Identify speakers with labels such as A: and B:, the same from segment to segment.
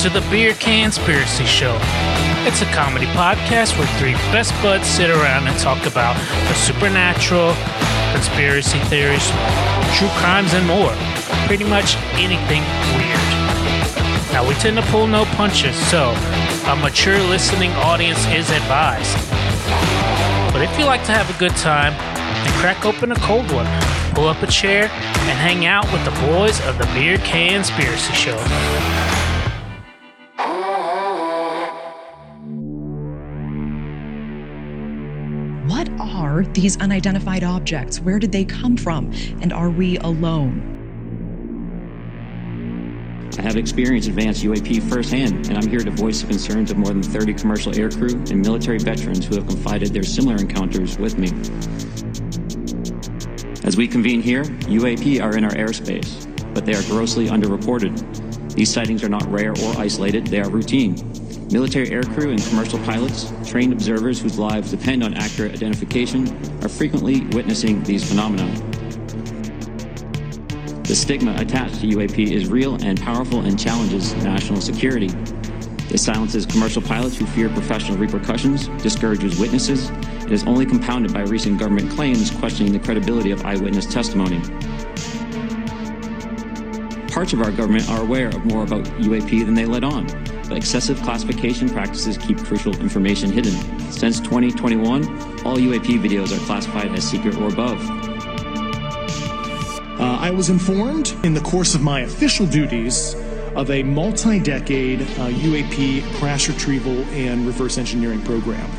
A: to the Beer Conspiracy Show. It's a comedy podcast where three best buds sit around and talk about the supernatural, conspiracy theories, true crimes, and more. Pretty much anything weird. Now, we tend to pull no punches, so a mature listening audience is advised. But if you like to have a good time, then crack open a cold one, pull up a chair, and hang out with the boys of the Beer Conspiracy Show.
B: What are these unidentified objects? Where did they come from? And are we alone?
C: I have experienced advanced UAP firsthand, and I'm here to voice the concerns of more than 30 commercial aircrew and military veterans who have confided their similar encounters with me. As we convene here, UAP are in our airspace, but they are grossly underreported. These sightings are not rare or isolated, they are routine. Military aircrew and commercial pilots, trained observers whose lives depend on accurate identification, are frequently witnessing these phenomena. The stigma attached to UAP is real and powerful and challenges national security. It silences commercial pilots who fear professional repercussions, discourages witnesses, and is only compounded by recent government claims questioning the credibility of eyewitness testimony. Parts of our government are aware of more about UAP than they let on, but excessive classification practices keep crucial information hidden. Since 2021, all UAP videos are classified as secret or above.
D: Uh, I was informed in the course of my official duties of a multi decade uh, UAP crash retrieval and reverse engineering program.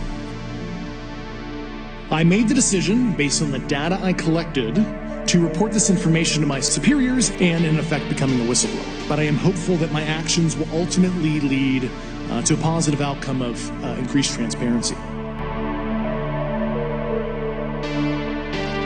D: I made the decision, based on the data I collected, to report this information to my superiors and, in effect, becoming a whistleblower. But I am hopeful that my actions will ultimately lead uh, to a positive outcome of uh, increased transparency.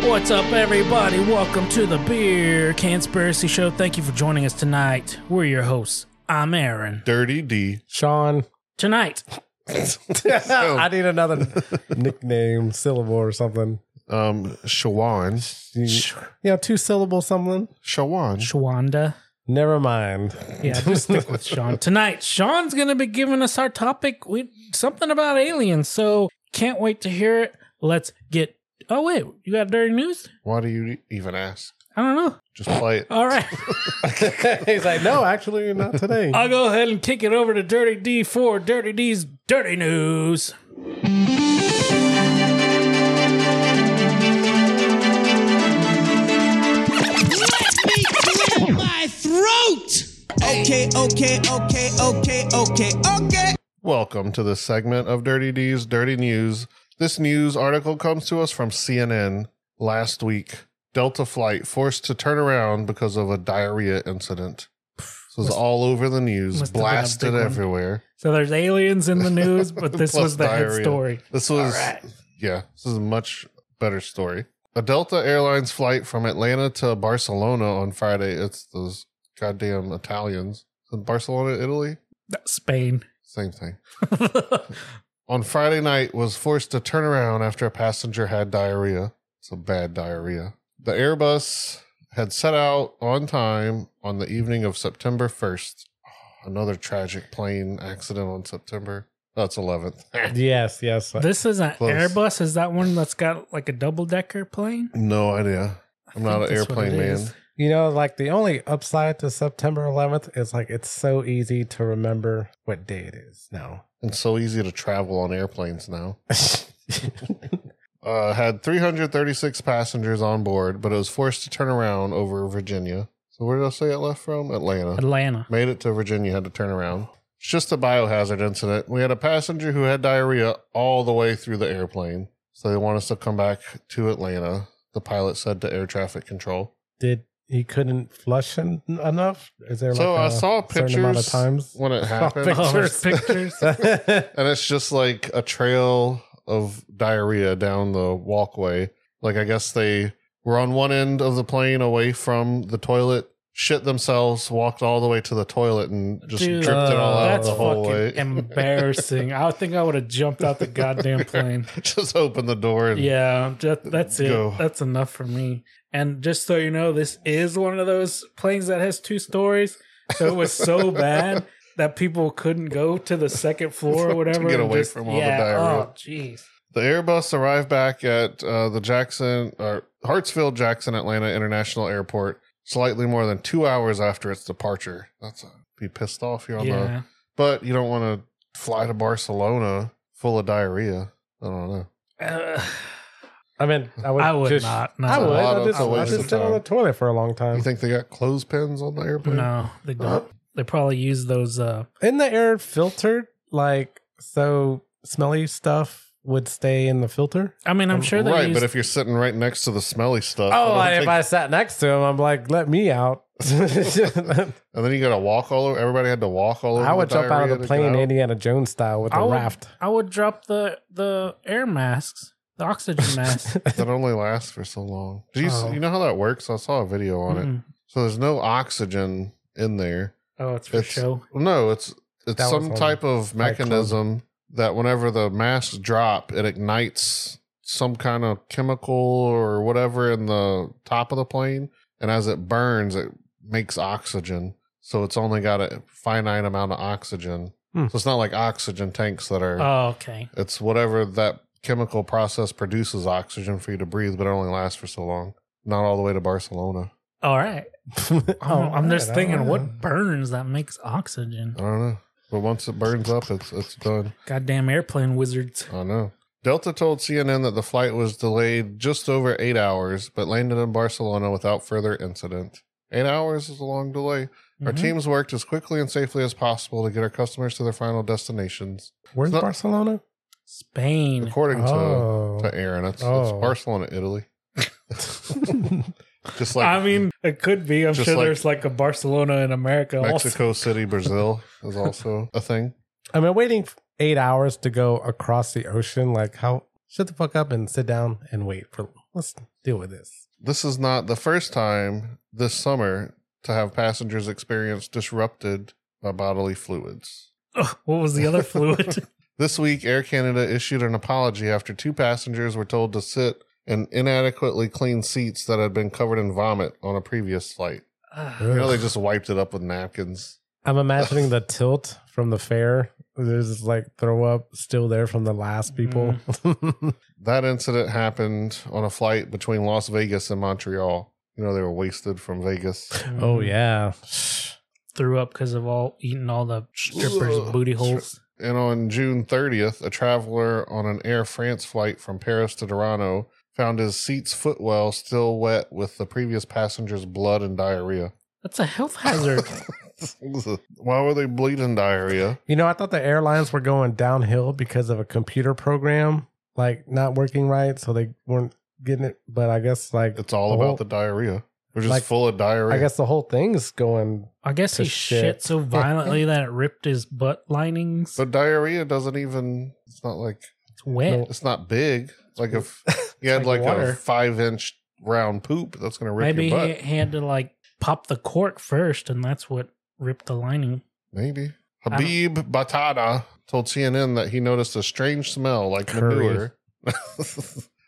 A: What's up, everybody? Welcome to the Beer Conspiracy Show. Thank you for joining us tonight. We're your hosts. I'm Aaron.
E: Dirty D.
F: Sean.
A: Tonight,
E: Oh.
F: I need another nickname, syllable or something.
E: Um, Shawan.
F: Yeah, two syllable something.
E: Shawan.
A: Shawanda.
F: Never mind.
A: Yeah, just stick with Sean. Tonight, Sean's going to be giving us our topic, we, something about aliens. So can't wait to hear it. Let's get. Oh, wait. You got dirty news?
E: Why do you even ask?
A: I don't know.
E: Just play it.
A: All right.
F: He's like, no, actually, not
E: Oh.
F: today.
A: I'll go ahead and kick it over to Dirty D for Dirty D's Dirty News.
G: my throat. Okay, okay, okay, okay, okay, okay.
E: Welcome to this segment of Dirty D's Dirty News. This news article comes to us from CNN last week. Delta flight forced to turn around because of a diarrhea incident. This was all over the news,
A: must have been a big
E: blasted
A: one.
E: everywhere.
A: So there's aliens in the news, but this
E: Plus
A: was the head
E: diarrhea.
A: story.
E: This was, yeah, this is a much better story. A Delta Airlines flight from Atlanta to Barcelona on Friday. It's those goddamn Italians. In Barcelona, Italy?
A: Spain.
E: Same thing. on Friday night was forced to turn around after a passenger had diarrhea. It's a bad diarrhea. The Airbus had set out on time on the evening of September 1st. Another tragic plane accident on September. That's 11th.
F: yes, yes.
A: This is an
E: Close.
A: Airbus. Is that one that's got like a double decker plane?
E: No idea. I'm not
A: think
E: an
A: that's what
E: airplane
A: it
E: man.
A: is.
F: You know, like the only upside to September 11th is like it's so easy to remember what day it is now.
E: It's so easy to travel on airplanes now. uh, had 336 passengers on board, but it was forced to turn around over Virginia. So where did I say it left from? Atlanta.
A: Atlanta.
E: Made it to Virginia, had to turn around. It's just a biohazard incident. We had a passenger who had diarrhea all the way through the airplane. So they want us to come back to Atlanta, the pilot said to air traffic control.
F: Did he couldn't flush en- enough? Is there
E: so
F: like
E: I
F: I
E: saw
F: certain amount of
E: pictures
F: times?
E: when it happened.
A: Oh, there's
F: Pictures.
A: pictures.
E: and it's just like a trail of diarrhea down the walkway. Like I guess they were on one end of the plane away from the toilet, shit themselves, walked all the way to the toilet and just
A: Dude,
E: dripped it all out
A: That's
E: the whole
A: fucking
E: way.
A: embarrassing. I think I would have jumped out the goddamn plane.
E: just open the door and
A: Yeah, that, that's it.
E: Go.
A: That's enough for me. And just so you know, this is one of those planes that has two stories. So it was so bad that people couldn't go to the second floor or
E: To
A: whatever.
E: get
A: and
E: away
A: just-
E: from all the
A: yeah,
E: diarrhea.
A: Oh, jeez.
E: The Airbus arrived back at uh, the Jackson or Hartsfield Jackson Atlanta International Airport slightly more than two hours after its departure. That's uh, be pissed off here on the.
A: Yeah.
E: But you don't want to fly to Barcelona full of diarrhea. I don't know.
A: Uh,
F: I mean, I would.
H: I would
F: just-
H: not. No.
F: I would.
E: lot
F: I
E: of-
F: just,
E: it's a
F: I
E: waste
F: just
E: of
F: sit on
E: time.
F: the toilet for a long time.
E: You think they got clothespins on the airplane?
H: No, they don't. They probably use those. Uh,
F: in the air filtered, like so smelly stuff would stay in the filter.
H: I mean, I'm sure they
E: Oh, right,
H: use.
E: but if you're sitting right next to the smelly stuff,
F: Oh,
E: I don't
F: if
E: think-
F: I sat next to him, I'm like, let me out. I
E: and then you got to walk all over. Everybody had to walk all over.
F: would
E: the
F: jump out
E: diarrhea
F: of
E: to get
F: the plane
E: out.
F: Indiana Jones style with
H: I
F: a
H: would-
F: raft.
H: I would drop the the air masks, the oxygen masks.
E: that only lasts for so long. Do you, s-
H: Oh.
E: you know how that works? I saw a video on it.
H: Mm-mm.
E: So there's no oxygen in there.
H: Oh, it's for
E: It's-
H: show.
E: No, it's it's
F: That was
E: some
F: on
E: type of
F: Club.
E: mechanism that whenever the masks drop, it ignites some kind of chemical or whatever in the top of the plane, and as it burns, it makes oxygen. So it's only got a finite amount of oxygen.
F: Hmm. Uh.
E: So it's not like oxygen tanks that are.
H: Oh, okay.
E: it's whatever that chemical process produces oxygen for you to breathe, but it only lasts for so long. Not all the way to Barcelona.
H: All right. Oh,
F: All
H: I'm, I'm just
F: right, all
H: thinking,
F: right.
H: what burns that makes oxygen?
E: I don't know. But once it burns up, it's it's done.
H: Goddamn airplane wizards.
E: I know. Delta told CNN that the flight was delayed just over eight hours, but landed in Barcelona without further incident. Eight hours is a long delay. Our
H: Mhm.
E: teams worked as quickly and safely as possible to get our customers to their final destinations.
F: Where's
E: It's not-
F: Barcelona?
H: Spain.
E: According
F: Oh.
E: to, to Aaron, it's, it's
F: Oh.
E: Barcelona, Italy. just like
A: I mean, it could be. I'm
E: Just
A: sure
E: like-
A: there's like a Barcelona in America.
E: Mexico City, Brazil is also a thing.
F: I mean, waiting eight hours to go across the ocean. Like, how? Shut the fuck up and sit down and wait for. Let's deal with this.
E: This is not the first time this summer to have passengers experience disrupted by bodily fluids.
H: Ugh, what was the other fluid?
E: This week, Air Canada issued an apology after two passengers were told to sit in inadequately clean seats that had been covered in vomit on a previous flight. You know, they just wiped it up with napkins.
F: I'm imagining the tilt from the fair. There's this, like throw up still there from the last people.
H: Mm-hmm.
E: That incident happened on a flight between Las Vegas and Montreal. You know, they were wasted from Vegas.
F: oh yeah.
H: Mm. Threw up because of all eating all the strippers' booty holes.
E: And on June 30th, a traveler on an Air France flight from Paris to Toronto found his seat's footwell still wet with the previous passenger's blood and diarrhea.
H: That's a health hazard.
E: Why were they bleeding diarrhea?
F: You know, I thought the airlines were going downhill because of a computer program like not working right, so they weren't getting it. But I guess like
E: It's all
F: the
E: about
F: whole-
E: the diarrhea. We're just
F: Like,
E: full of diarrhea.
F: I guess the whole thing's going.
H: I guess he
F: To shit.
H: shit so violently that it ripped his butt linings.
E: but diarrhea doesn't even. It's not like
H: it's wet.
F: No.
E: it's not big. Like if you had like,
F: like
E: a
F: water.
E: five inch round poop, that's gonna rip
H: Maybe
E: your
H: he,
E: butt.
H: he had to like pop the cork first, and that's what ripped the lining.
E: Maybe
H: don't-
E: Habib Batada told CNN that he noticed a strange smell like
F: Curry.
E: manure.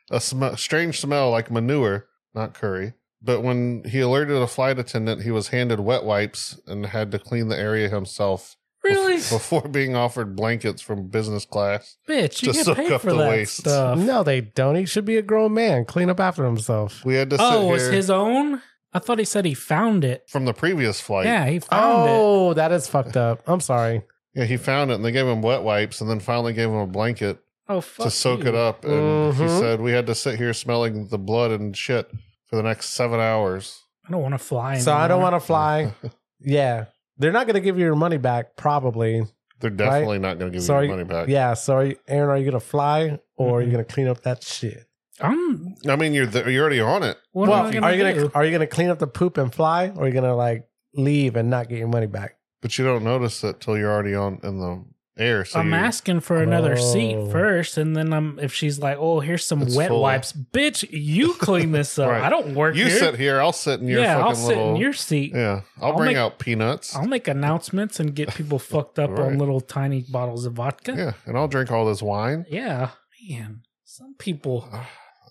E: a sm- strange smell like manure, not curry. But when he alerted a flight attendant, he was handed wet wipes and had to clean the area himself
H: Really,
E: before being offered blankets from business class.
H: bitch? You
E: to
H: get
E: soak
H: paid
E: up
H: for
E: the
H: that
E: waste.
H: stuff.
F: No, they don't. He should be a grown man, clean up after himself.
E: We had to sit
H: oh,
E: here
H: was his own? I thought he said he found it.
E: from the previous flight.
H: yeah, he found it.
F: Oh, that is fucked up. I'm sorry.
E: Yeah, he found it and they gave him wet wipes and then finally gave him a blanket
H: Oh, fuck
E: to soak
H: you.
E: it up. And he
H: Mm-hmm.
F: Mhm.
E: said, We had to sit here smelling the blood and shit for the next seven hours.
H: I don't want to fly.
F: So I don't want to fly. Yeah, they're not going to give you your money back, probably.
E: They're definitely not going to give
F: So are
E: you
F: you-
E: your money back.
F: Yeah. So, are you, Aaron, are you going to fly or are you going to clean up that shit?
H: to. I'm.
E: I mean, you're, th- you're already on it.
H: What am
F: well,
H: I gonna
F: are you
H: do?
F: going to are you going to clean up the poop and fly, or are you going to like leave and not get your money back?
E: But you don't notice it till you're already on in the air. So
H: I'm
E: you-
H: asking for another seat
F: Oh.
H: first, and then I'm if she's like, "Oh, here's some
E: It's
H: wet
E: full.
H: wipes, bitch. You clean this up.
E: Right.
H: I don't work
E: You
H: here.
E: sit here. I'll sit in your
H: yeah,
E: fucking
H: I'll sit
E: little.
H: in your seat.
E: yeah, I'll,
H: I'll
E: bring
H: make-
E: out peanuts.
H: I'll make announcements and get people fucked up
E: Right.
H: on little tiny bottles of vodka.
E: yeah, and I'll drink all this wine.
H: Yeah. man. Some people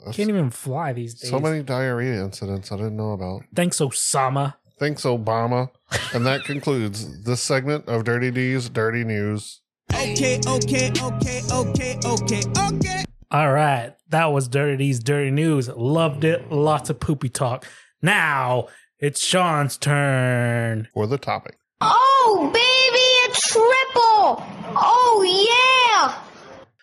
E: That's
H: can't even fly these days.
E: so many diarrhea incidents I didn't know about.
H: Thanks, Osama.
E: Thanks, Obama. And that concludes this segment of Dirty D's Dirty News.
G: Okay, okay, okay, okay, okay, okay.
A: All right. That was Dirty D's Dirty News. Loved it.
F: Mm.
A: Lots of poopy talk. Now it's Sean's turn.
E: for the topic.
I: Oh, baby, a triple! Oh, yeah!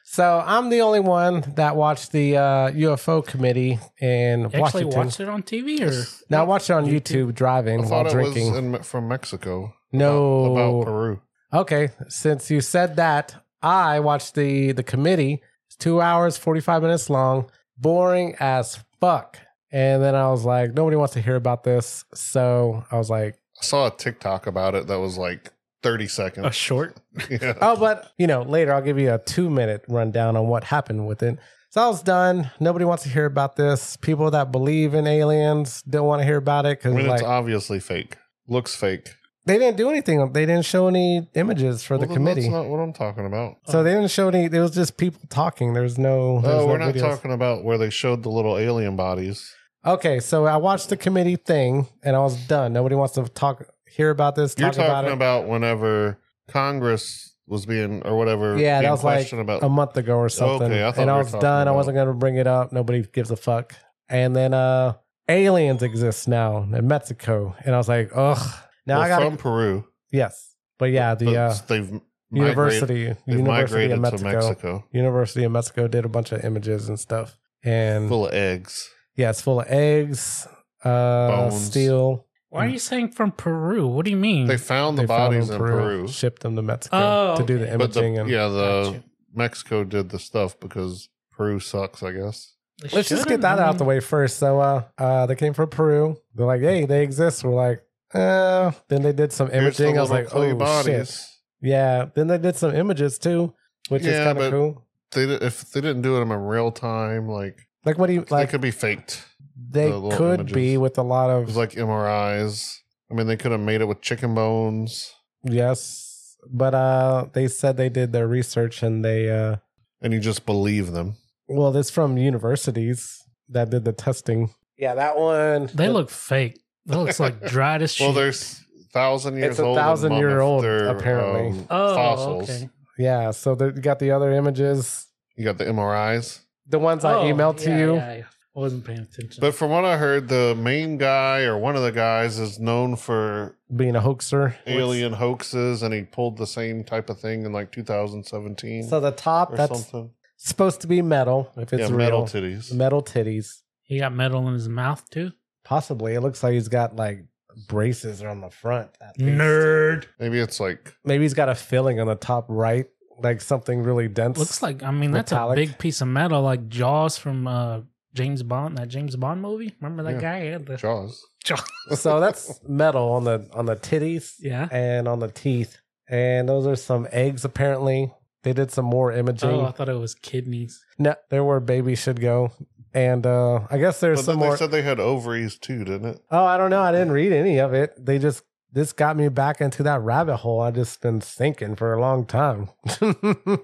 F: So I'm the only one that watched the uh, UFO committee in
H: You actually
F: Washington.
H: watched it on TV or
F: No, I watched it on YouTube,
E: I
F: driving while
E: thought it
F: drinking.
E: was in, Me- from Mexico.
F: No.
E: About, about Peru.
F: Okay, since you said that, I watched the the committee. It's two hours forty five minutes long, boring as fuck. And then I was like, nobody wants to hear about this, so I was like,
E: I saw a TikTok about it that was like 30 seconds.
H: a short?
E: yeah.
F: oh, but you know, later I'll give you a two minute rundown on what happened with it. So I was done. Nobody wants to hear about this. People that believe in aliens don't want to hear about it
E: I
F: because
E: mean,
F: like
E: it's obviously fake. Looks fake.
F: they didn't do anything. They didn't show any images for
E: Well,
F: the
E: then
F: committee.
E: That's not what I'm talking about.
F: so they didn't show any. It was just people talking. There's no. there's
E: No, Oh, we're
F: no
E: not
F: videos.
E: talking about where they showed the little alien bodies.
F: Okay, so I watched the committee thing and I was done. Nobody wants to talk, hear about this,
E: You're
F: talk
E: talking about,
F: about it.
E: whenever Congress was being or whatever.
F: yeah,
E: being
F: that was like
E: questioned about
F: a month ago or something.
E: Okay, I thought
F: and I
E: we were
F: was done.
E: talking
F: I
E: about-
F: wasn't going to bring it up. Nobody gives a fuck. And then uh aliens exist now in Mexico, and I was like, ugh. Now
E: well,
F: I got
E: from Peru.
F: yes, but yeah, the
E: but
F: uh,
E: they've migrated-
F: university,
E: They've
F: University of
E: migrated
F: Mexico,
E: to Mexico
F: University of Mexico did a bunch of images and stuff, and
E: full of eggs.
F: yeah, it's full of eggs, uh,
E: Bones.
F: steel.
H: Why are you saying from Peru? What do you mean?
E: They found the
F: Mm. Hmm. They found
E: bodies
F: them
E: in Peru.
F: shipped them to Mexico
H: Oh,
F: to do the
E: But the,
F: imaging. and
E: yeah, the
H: Gotcha.
E: Mexico did the stuff because Peru sucks, I guess.
H: They
F: let's just get
H: shouldn't,
F: that
H: I
F: out the
H: mean-
F: way first. So, uh, uh, they came from Peru. They're like, hey, they exist. We're like, uh, then they did some
E: Here's the
F: imaging. I was
E: little
F: like,
E: clay
F: oh shit, yeah. Then they did some images too, which
E: Yeah,
F: is kind
E: but-
F: of cool.
E: They did, if they didn't do it in real time, like
F: Like, what do you
E: like
F: like?
E: they could be faked.
F: They
E: the little
F: could
E: images.
F: be with a lot
E: It
F: of
E: was like MRIs. I mean, they could have made it with chicken bones,
F: yes, but uh, they said they did their research and they uh,
E: and you just believe them.
F: well, this from universities that did the testing. Yeah, that one.
H: They look fake. That looks like dried as shit.
E: Well, there's thousand years
F: a
E: old. in
F: thousand year
E: Monmouth.
F: old,
E: They're,
F: apparently.
E: um,
H: oh,
E: fossils.
H: okay.
F: Yeah, so they you got the other images.
E: You got the MRIs.
F: the ones I
H: Oh,
F: emailed to
H: yeah,
F: you.
H: yeah, yeah. I wasn't paying attention.
E: But from what I heard, the main guy or one of the guys is known for
F: Being a hoaxer.
E: alien hoaxes, and he pulled the same type of thing in like 2017
F: So the top
E: or
F: that's
E: something.
F: supposed to be metal. If it's
E: yeah,
F: real,
E: metal
F: metal,
E: titties.
F: titties.
H: he got metal in his mouth too.
F: Possibly, it looks like he's got like braces on the front. at least.
H: Nerd.
E: Maybe it's like
F: Maybe he's got a filling on the top right, like something really dense.
H: Looks like I mean that's
F: Metallic.
H: a big piece of metal, like Jaws from uh, James Bond, that James Bond movie. Remember that
E: Yeah.
H: guy had the
E: Jaws.
H: Jaws.
F: so. That's metal on the on the titties
H: Yeah.
F: and on the teeth, and those are some eggs. Apparently, they did some more imaging.
H: Oh, I thought it was kidneys.
F: No, there where babies should go, and uh I guess there's
E: But then
F: some more.
E: they said they had ovaries too, didn't it?
F: Oh, I don't know. I didn't read any of it. They just this got me back into that rabbit hole. I just been sinking for a long time.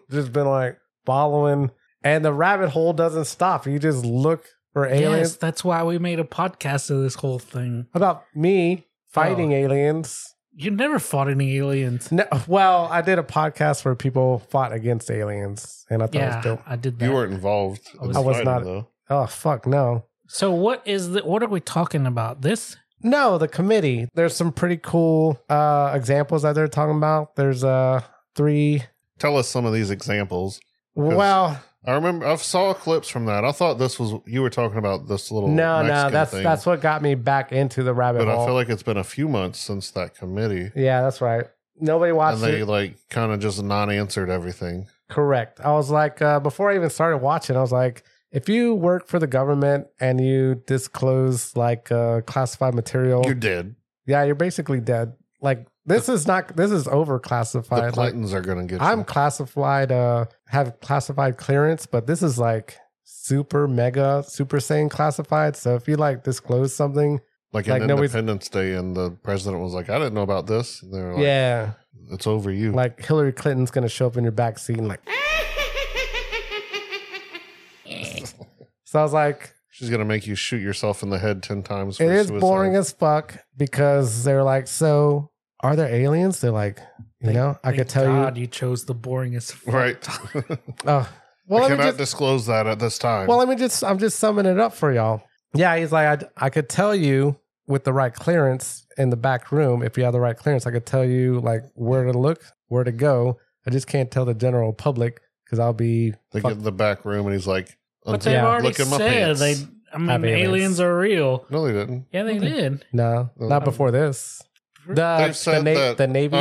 F: just been like following, and the rabbit hole doesn't stop. You just look for aliens.
H: Yes, that's why we made a podcast of this whole thing.
F: About me fighting
H: Oh.
F: aliens.
H: You never fought any aliens.
F: No, well, I did a podcast where people fought against aliens, and I thought it
H: Yeah,
F: was dope.
H: I did that.
E: You weren't involved. in
H: I was-
E: the
F: I was
E: fighting,
F: not-
E: though.
F: Oh fuck no.
H: So what is the? What are we talking about? This?
F: No, the committee. There's some pretty cool uh, examples that they're talking about. There's uh three.
E: Tell us some of these examples.
F: Well,
E: I remember I saw clips from that. I thought this was you were talking about this little
F: No, no,
E: Mexican
F: that's
E: thing,
F: that's what got me back into the rabbit
E: But
F: hole.
E: I feel like it's been a few months since that committee,
F: yeah, that's right. Nobody
E: and
F: watched
E: they
F: it.
E: like kind of just non-answered everything.
F: Correct. I was like, uh, before I even started watching, I was like, if you work for the government and you disclose like uh, classified material,
E: You did.
F: yeah, you're basically dead. Like this is not this is over
E: The
F: classified. Like
E: Clintons are going to get.
F: I'm
E: you.
F: classified, uh, have classified clearance, but this is like super mega super saiyan classified. So if you like disclose something,
E: like,
F: like
E: in
F: nobody's-
E: Independence Day, and the president was like, "I didn't know about this." And they were like,
F: yeah,
E: it's over you."
F: like Hillary Clinton's gonna show up in your back seat and like. So I was like,
E: She's gonna make you shoot yourself in the head ten times.
F: It is
E: suicide.
F: boring as fuck because they're like, so are there aliens? They're like, you know, I
A: Thank
F: could tell
A: God
F: you.
A: you. chose the boringest. fuck.
E: right.
F: Oh, well,
E: I
F: let me
E: cannot
F: just,
E: disclose that at this time.
F: well, let me just, I'm just summing it up for y'all. Yeah, he's like, I, I could tell you with the right clearance in the back room. If you have the right clearance, I could tell you like where to look, where to go. I just can't tell the general public because I'll be
E: they
F: fuck-
E: get in the back room, and he's like,
A: But they've
F: Yeah.
A: already
E: Look in my
A: said
E: pants.
A: they. I mean,
F: Have
A: aliens.
F: aliens.
A: are real.
E: "No, they didn't."
A: Yeah, they did.
F: no, not before this. The,
E: They've
F: the,
E: said
F: na-
E: that
F: the Navy.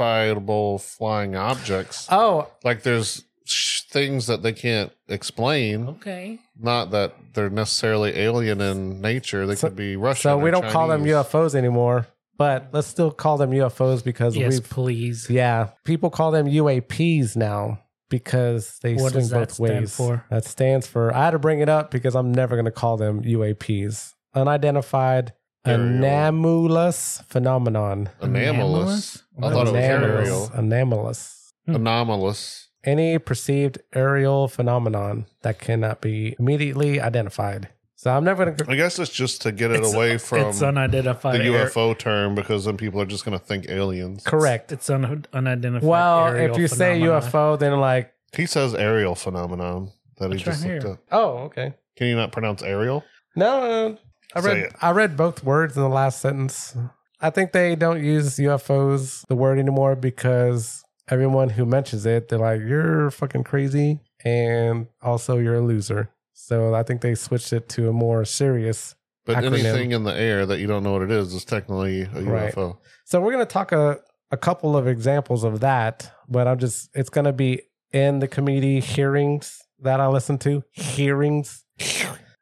E: unidentifiable flying objects,
F: oh,
E: like there's sh- things that they can't explain.
A: Okay.
E: Not that they're necessarily alien in nature; they
F: So-
E: could be Russian.
F: So we
E: or
F: don't call them
E: Chinese.
F: UFOs anymore, but let's still call them UFOs because
A: Yes,
F: we've
A: please.
F: yeah, people call them UAPs now because they
A: What
F: swing
A: does that
F: both
A: stand
F: ways.
A: for?
F: That stands for I had to bring it up because I'm never going to call them UAPs. Unidentified
E: Aerial.
F: anomalous phenomenon.
E: Anomalous. I thought it was
F: Anomalous.
E: aerial.
F: Anomalous.
E: Anomalous.
F: Any perceived aerial phenomenon that cannot be immediately identified. So I'm never going to
E: I guess it's just to get it
A: It's-
E: away from
A: it's
E: the
A: unidentified air-
E: UFO term because then people are just going to think aliens.
F: correct.
A: It's un- unidentified.
F: Well,
A: aerial
F: if you say
A: phenomena.
F: UFO, then like,
E: He says aerial phenomenon that he
A: It's
E: just
A: right
E: looked
A: here.
E: up.
F: oh, okay.
E: Can you not pronounce aerial?
F: No, uh, I
E: Say
F: read
E: it.
F: I read both words in the last sentence. I think they don't use UFOs the word anymore because everyone who mentions it, they're like, "You're fucking crazy," and also you're a loser. So I think they switched it to a more serious.
E: But
F: Acronym.
E: anything in the air that you don't know what it is is technically a
F: Right.
E: UFO.
F: So we're gonna talk a a couple of examples of that, but I'm just it's gonna be in the comedy hearings that I listen to. Hearings.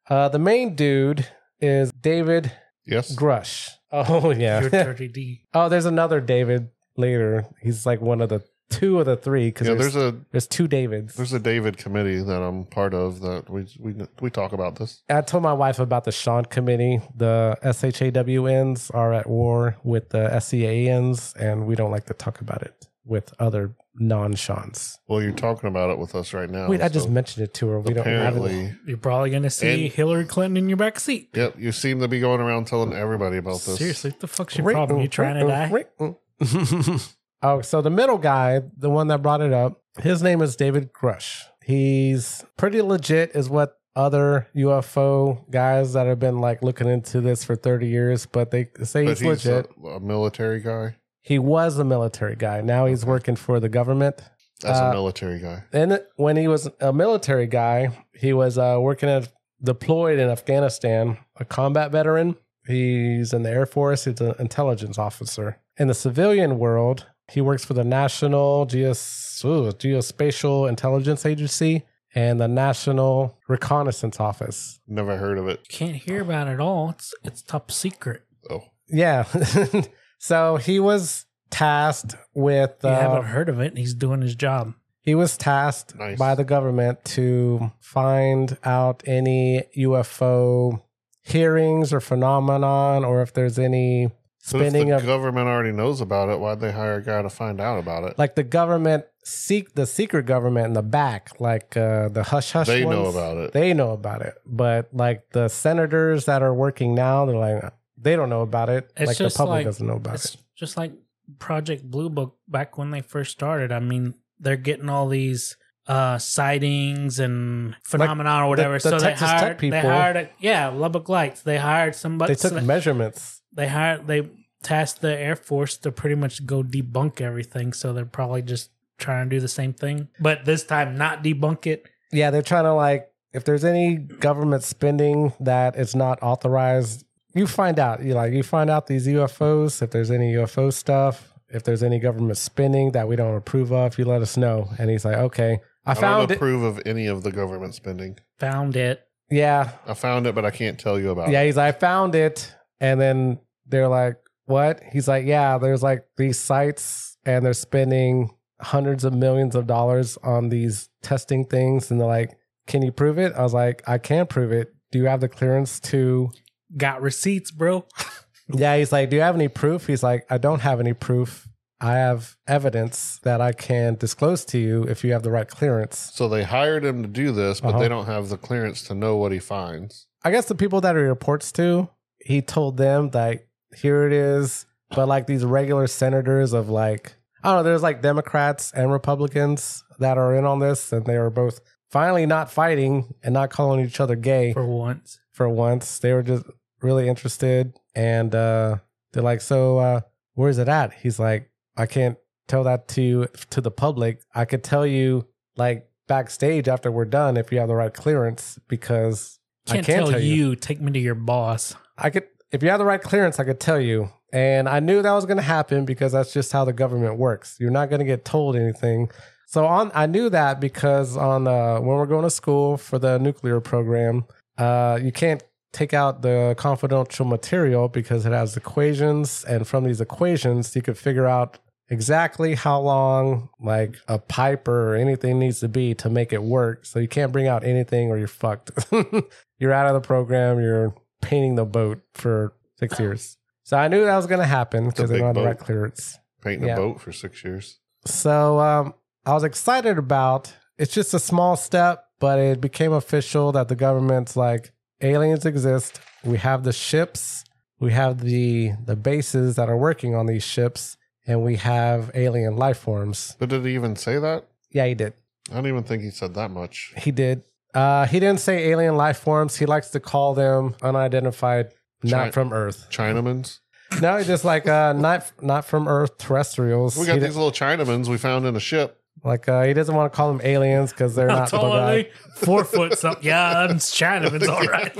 F: Uh, the main dude is David
E: Yes.
F: Grush. Oh
A: You're
F: yeah.
A: dirty D.
F: oh, there's another David later. He's like one of the two of the three because
E: Yeah,
F: there's,
E: there's
F: there's,
E: a
F: two Davids.
E: there's a David committee that I'm part of that we we we talk about this.
F: I told my wife about the Sean committee. The SHAWNs are at war with the SCANs, and we don't like to talk about it with other non-Seans.
E: Well, you're talking about it with us right now.
F: Wait, I just
E: Oh, so
F: mentioned it to her. We don't have it.
E: apparently.
A: You're probably gonna see
E: And-
A: Hillary Clinton in your back seat.
E: Yep, you seem to be going around telling everybody about this.
A: Seriously, what the fuck's your problem? You trying to die?
F: die? oh, so the middle guy, the one that brought it up, his name is David Grush. He's pretty legit, is what other UFO guys that have been like looking into this for 30 years, but they say
E: But
F: he's,
E: he's
F: legit.
E: a, a military guy.
F: he was a military guy. Now he's working for the government.
E: As
F: Uh,
E: a military guy.
F: And when he was a military guy, he was uh, working at deployed in Afghanistan, a combat veteran. He's in the Air Force. He's an intelligence officer. In the civilian world, he works for the National Geos- ooh, Geospatial Intelligence Agency and the National Reconnaissance Office.
E: Never heard of it.
A: Can't hear about it all. It's it's top secret.
E: Oh.
F: Yeah. so he was tasked with.
A: You haven't
F: uh,
A: heard of it. and He's doing his job.
F: He was tasked
E: Nice.
F: by the government to find out any UFO hearings or phenomenon, or if there's any
E: But if the
F: spinning of
E: government already knows about it, why'd they hire a guy to find out about it?
F: like the government seek the secret government in the back, like uh, the hush hush.
E: They know
F: ones.
E: about it.
F: They know about it, but like the senators that are working now, they're like they don't know about it.
A: It's
F: like the
A: just
F: public
A: like-
F: doesn't know about
A: It's
F: it.
A: just like Project Blue Book back when they first started. I mean, they're getting all these uh sightings and phenomena or whatever.
F: the
A: so they
F: Texas Tech
A: hired,
F: people-
A: they hired, a, yeah, Lubbock Lights. They hired somebody.
F: They took
A: so they,
F: measurements.
A: they hired, they tasked the Air Force to pretty much go debunk everything. So they're probably just trying to do the same thing, but this time not debunk it.
F: Yeah, they're trying to like if there's any government spending that is not authorized, you find out. You like you find out these UFOs, if there's any UFO stuff, if there's any government spending that we don't approve of, you let us know. And he's like, Okay. I,
E: I,
F: found
E: don't
F: it.
E: approve of any of the government spending.
A: Found it.
F: Yeah.
E: I found it, but I can't tell you about
F: Yeah,
E: it.
F: he's like, I found it. And then they're like, What? He's like, Yeah, there's like these sites and they're spending hundreds of millions of dollars on these testing things. And they're like, Can you prove it? I was like, I can prove it. Do you have the clearance to
A: Got receipts, bro.
F: Yeah, he's like, Do you have any proof? He's like, I don't have any proof. I have evidence that I can disclose to you if you have the right clearance.
E: So they hired him to do this, but
F: Uh-huh.
E: they don't have the clearance to know what he finds.
F: I guess the people that he reports to, he told them like, here it is. But like these regular senators of like, I don't know, there's like Democrats and Republicans that are in on this, and they are both finally not fighting and not calling each other gay
A: for once.
F: for once. They were just really interested, and uh, they're like, "So, uh, where's it at?" He's like, "I can't tell that to to the public. I could tell you like backstage after we're done if you have the right clearance because
A: Can't,
F: I can't
A: tell,
F: tell you.
A: you. Take me to your boss.
F: I could if you have the right clearance, I could tell you." And I knew that was going to happen because that's just how the government works. You're not going to get told anything. So on, I knew that because on uh, when we're going to school for the nuclear program, uh, you can't take out the confidential material because it has equations, and from these equations, you could figure out exactly how long like a pipe or anything needs to be to make it work. So you can't bring out anything, or you're fucked. you're out of the program. You're painting the boat for six years. So I knew that was going to
E: a
F: happen because they
E: big
F: don't have the
E: boat.
F: right clearance.
E: Painting
F: Yeah.
E: a boat for six years.
F: So um, I was excited about. It's just a small step, but it became official that the government's like aliens exist. We have the ships, we have the the bases that are working on these ships, and we have alien life forms.
E: But did he even say that?
F: Yeah, he did.
E: I don't even think he said that much.
F: He did. Uh, he didn't say alien life forms. He likes to call them unidentified,
E: Chi-
F: not from Earth.
E: Chinamans.
F: No, he's just like uh, not not from Earth terrestrials.
E: We
F: He
E: got
F: di-
E: these little Chinamans we found in a ship.
F: like uh, he doesn't want to call them aliens because they're
A: How
F: not.
A: tall are
F: bug-eyed.
A: they? Four foot something. Yeah, I'm China. It's all right.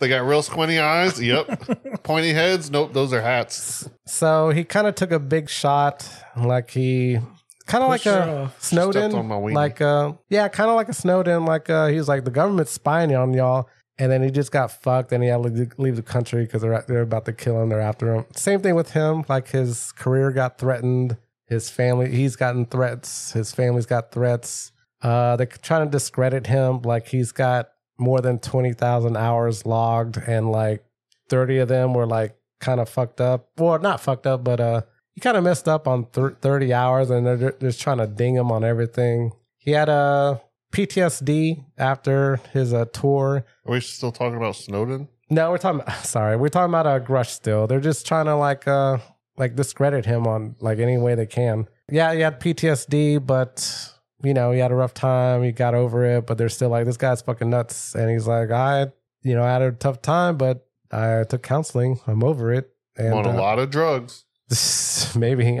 E: They got real squinty eyes. Yep. Pointy heads. Nope. Those are hats.
F: So he kind of took a big shot, like he kind of like
A: Pushed her
F: a
A: off.
F: Snowden,
E: Stepped on my weenie.
F: like uh yeah, kind of like a Snowden, like uh he was like the government's spying on y'all, and then he just got fucked, and he had to leave- leave the country because they're they're about to kill him, they're after him. Same thing with him, like his career got threatened, his family, he's gotten threats, his family's got threats. Uh, they're trying to discredit him, like he's got more than twenty thousand hours logged, and like 30 of them were like kind of fucked up. Well, not fucked up, but uh, he kind of messed up on thir- 30 hours and they're ju- just trying to ding him on everything. He had a PTSD after his uh, tour.
E: Are we still talking about Snowden?
F: No, we're talking sorry, we're talking about uh, Grush still. They're just trying to like uh like discredit him on like any way they can. Yeah, he had PTSD, but you know, he had a rough time, he got over it, but they're still like, This guy's fucking nuts and he's like, I you know, I had a tough time, but I took counseling, I'm over it. And
E: I'm on a
F: uh,
E: lot of drugs,
F: maybe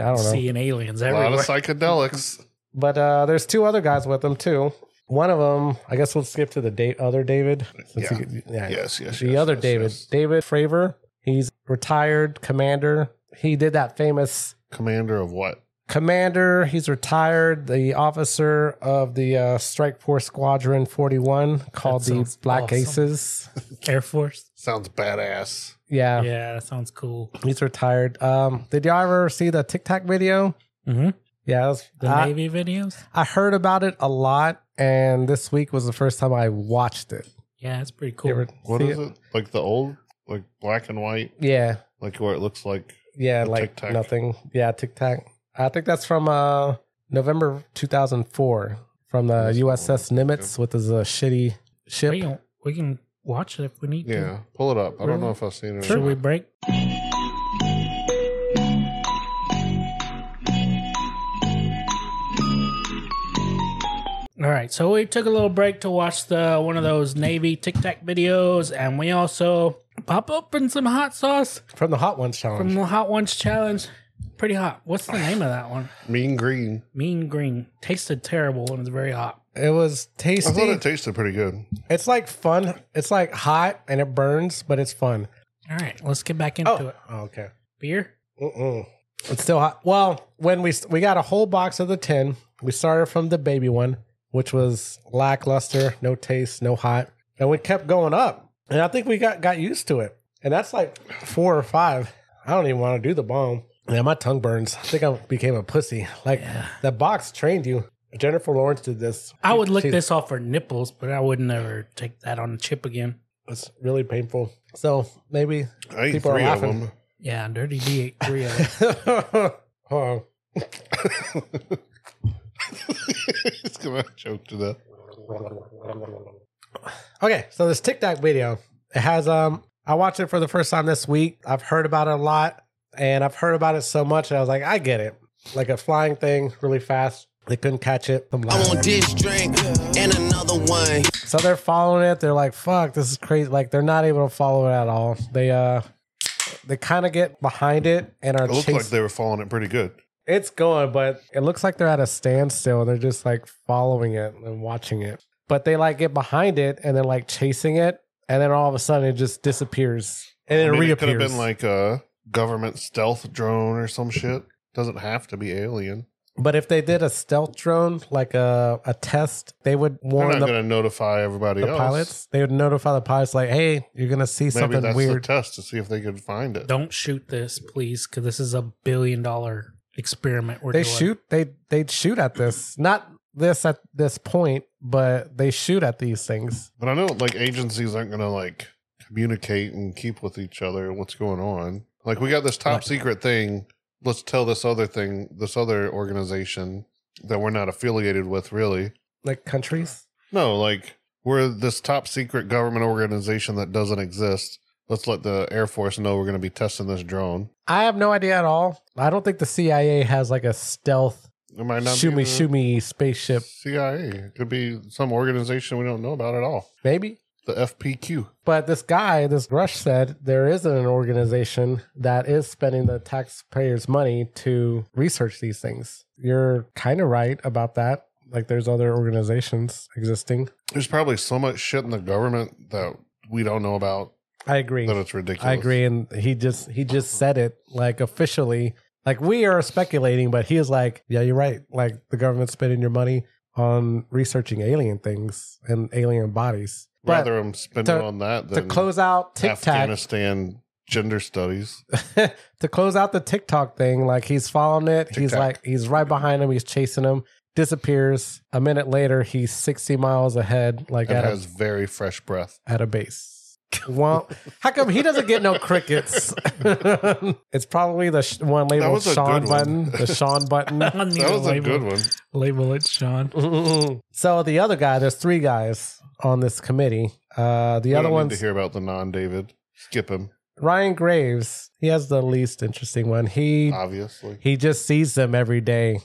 F: I don't know.
A: Seeing aliens
E: a
A: everywhere.
E: lot of psychedelics.
F: But uh, there's two other guys with him too. One of them, I guess we'll skip to the da- other David. since
E: Yeah.
F: he- yeah.
E: Yes, yes,
F: The
E: yes,
F: other
E: yes,
F: David,
E: yes.
F: David Fravor. He's retired commander. He did that famous
E: Commander of what?
F: commander. He's retired, the officer of the uh, Strike Force Squadron 41 called
A: That
F: the
A: sounds
F: Black
A: awesome.
F: Aces.
A: Air Force.
E: Sounds badass.
F: Yeah,
A: Yeah, that sounds cool.
F: he's retired. Um, did y'all ever see the Tic Tac video?
A: Mm-hmm.
F: Yeah, that was,
A: The
F: I-
A: Navy videos.
F: I heard about it a lot, and this week was the first time I watched it.
A: Yeah, that's pretty
F: You
A: cool.
F: ever
E: What
F: see
E: is it? Like the old, like black and white,
F: Yeah,
E: like where it looks like.
F: yeah,
E: The
F: like
E: tic-tac.
F: nothing. Yeah, Tic Tac. I think that's from uh, November 2004 from the
E: That's
F: USS
E: cool.
F: Nimitz, which is a shitty ship.
A: We can, we can watch it if we need to.
E: Yeah, pull it up. I don't know if I've seen it. or
A: Should
E: not.
A: we break? All right, so we took a little break to watch the one of those Navy Tic Tac videos, and we also pop up in some hot sauce
F: From the Hot Ones
A: from
F: challenge.
A: the Hot Ones Challenge. Pretty hot. What's the name of that one?
E: Mean green.
A: Mean Green. Tasted terrible and it's very hot.
F: it was
E: I
F: tasty.
E: thought it tasted pretty good.
F: it's like fun. It's like hot and it burns, but it's fun.
A: All right, let's get back into
F: Oh,
A: it.
F: oh okay.
A: Beer?
F: Mm-mm. It's still hot. Well, when we we got a whole box of the ten, we started from the baby one, which was lackluster, no taste, no hot, and we kept going up, and I think we got got used to it. And that's like four or five. I don't even want to do the bomb. Yeah, my tongue burns. I think I became a pussy. Like that box trained you. Jennifer Lawrence did this.
A: I would lick
F: She's-
A: this off for nipples, but I would never take that on a chip again.
F: It's really painful. So maybe
E: I ate
F: People are
E: three of
F: laughing.
E: them.
A: Yeah, Dirty D ate three of them.
F: I Huh.
E: it's gonna choke to death.
F: Okay, so this TikTok video, it has um I watched it for the first time this week. I've heard about it a lot and I've heard about it so much that I was like, I get it. Like a flying thing really fast. They couldn't catch it. Some
G: I want
F: lion.
G: this drink and another one.
F: So they're following it. They're like, fuck, this is crazy. Like they're not able to follow it at all. They uh they kind of get behind it and are
E: It looked
F: chasing.
E: like they were following it pretty good.
F: it's going, but it looks like they're at a standstill. They're just like following it and watching it. But they like get behind it and they're like chasing it, and then all of a sudden it just disappears and then
E: I
F: it
E: mean, it could have
F: reappears.
E: been like a government stealth drone or some shit. Doesn't have to be alien.
F: but if they did a stealth drone, like a a test, they would
E: They're
F: warn
E: not
F: the,
E: going to notify everybody
F: the
E: else.
F: pilots. They would notify the pilots, like, "Hey, you're gonna see
E: Maybe
F: something
E: that's
F: weird."
E: the test to see if they could find it.
A: Don't shoot this, please, because this is a billion dollar experiment. We're
F: they
A: doing.
F: shoot. They they shoot at this. Not this at this point, but they shoot at these things.
E: But I know like agencies aren't going to like communicate and keep with each other what's going on. Like we got this top
F: Right.
E: secret thing. Let's tell this other thing, this other organization that we're not affiliated with, really.
F: Like countries.
E: No, like we're this top secret government organization that doesn't exist. Let's let the Air Force know we're going to be testing this drone.
F: I have no idea at all. I don't think the CIA has like a stealth
E: It might not be
F: shoomy
E: the
F: shoomy spaceship.
E: CIA. It could be some organization we don't know about at all.
F: Maybe.
E: The FPQ.
F: But this guy, this Rush said there is an organization that is spending the taxpayers' money to research these things. You're kind of right about that. Like there's other organizations existing.
E: There's probably so much shit in the government that we don't know about
F: I agree.
E: that it's ridiculous.
F: I agree. And he just he just said it like officially. Like we are speculating, but he is like, yeah, you're right. Like the government's spending your money on researching alien things and alien bodies. But
E: Rather, I'm spending
F: to-
E: on that
F: to
E: than
F: close out TikTok,
E: Afghanistan gender studies.
F: to close out the TikTok thing, like he's following it. He's
E: TikTok.
F: like he's right behind him. He's chasing him. Disappears. A minute later, he's sixty miles ahead, like
E: It
F: at
E: has
F: a,
E: very fresh breath.
F: at a base. Well, how come he doesn't get no crickets? it's probably the sh- one labeled
E: was a
F: Sean
E: good one.
F: button. The Sean button.
A: I need
E: That
A: to
E: was a
A: label-
E: good one.
A: Label it, Sean.
F: so the other guy, there's three guys on this committee. Uh, the
E: The
F: other
E: other one
F: one's
E: to hear about the non-David. Skip him,
F: Ryan Graves. He has the least interesting one. He
E: Uh, obviously.
F: he just sees them every day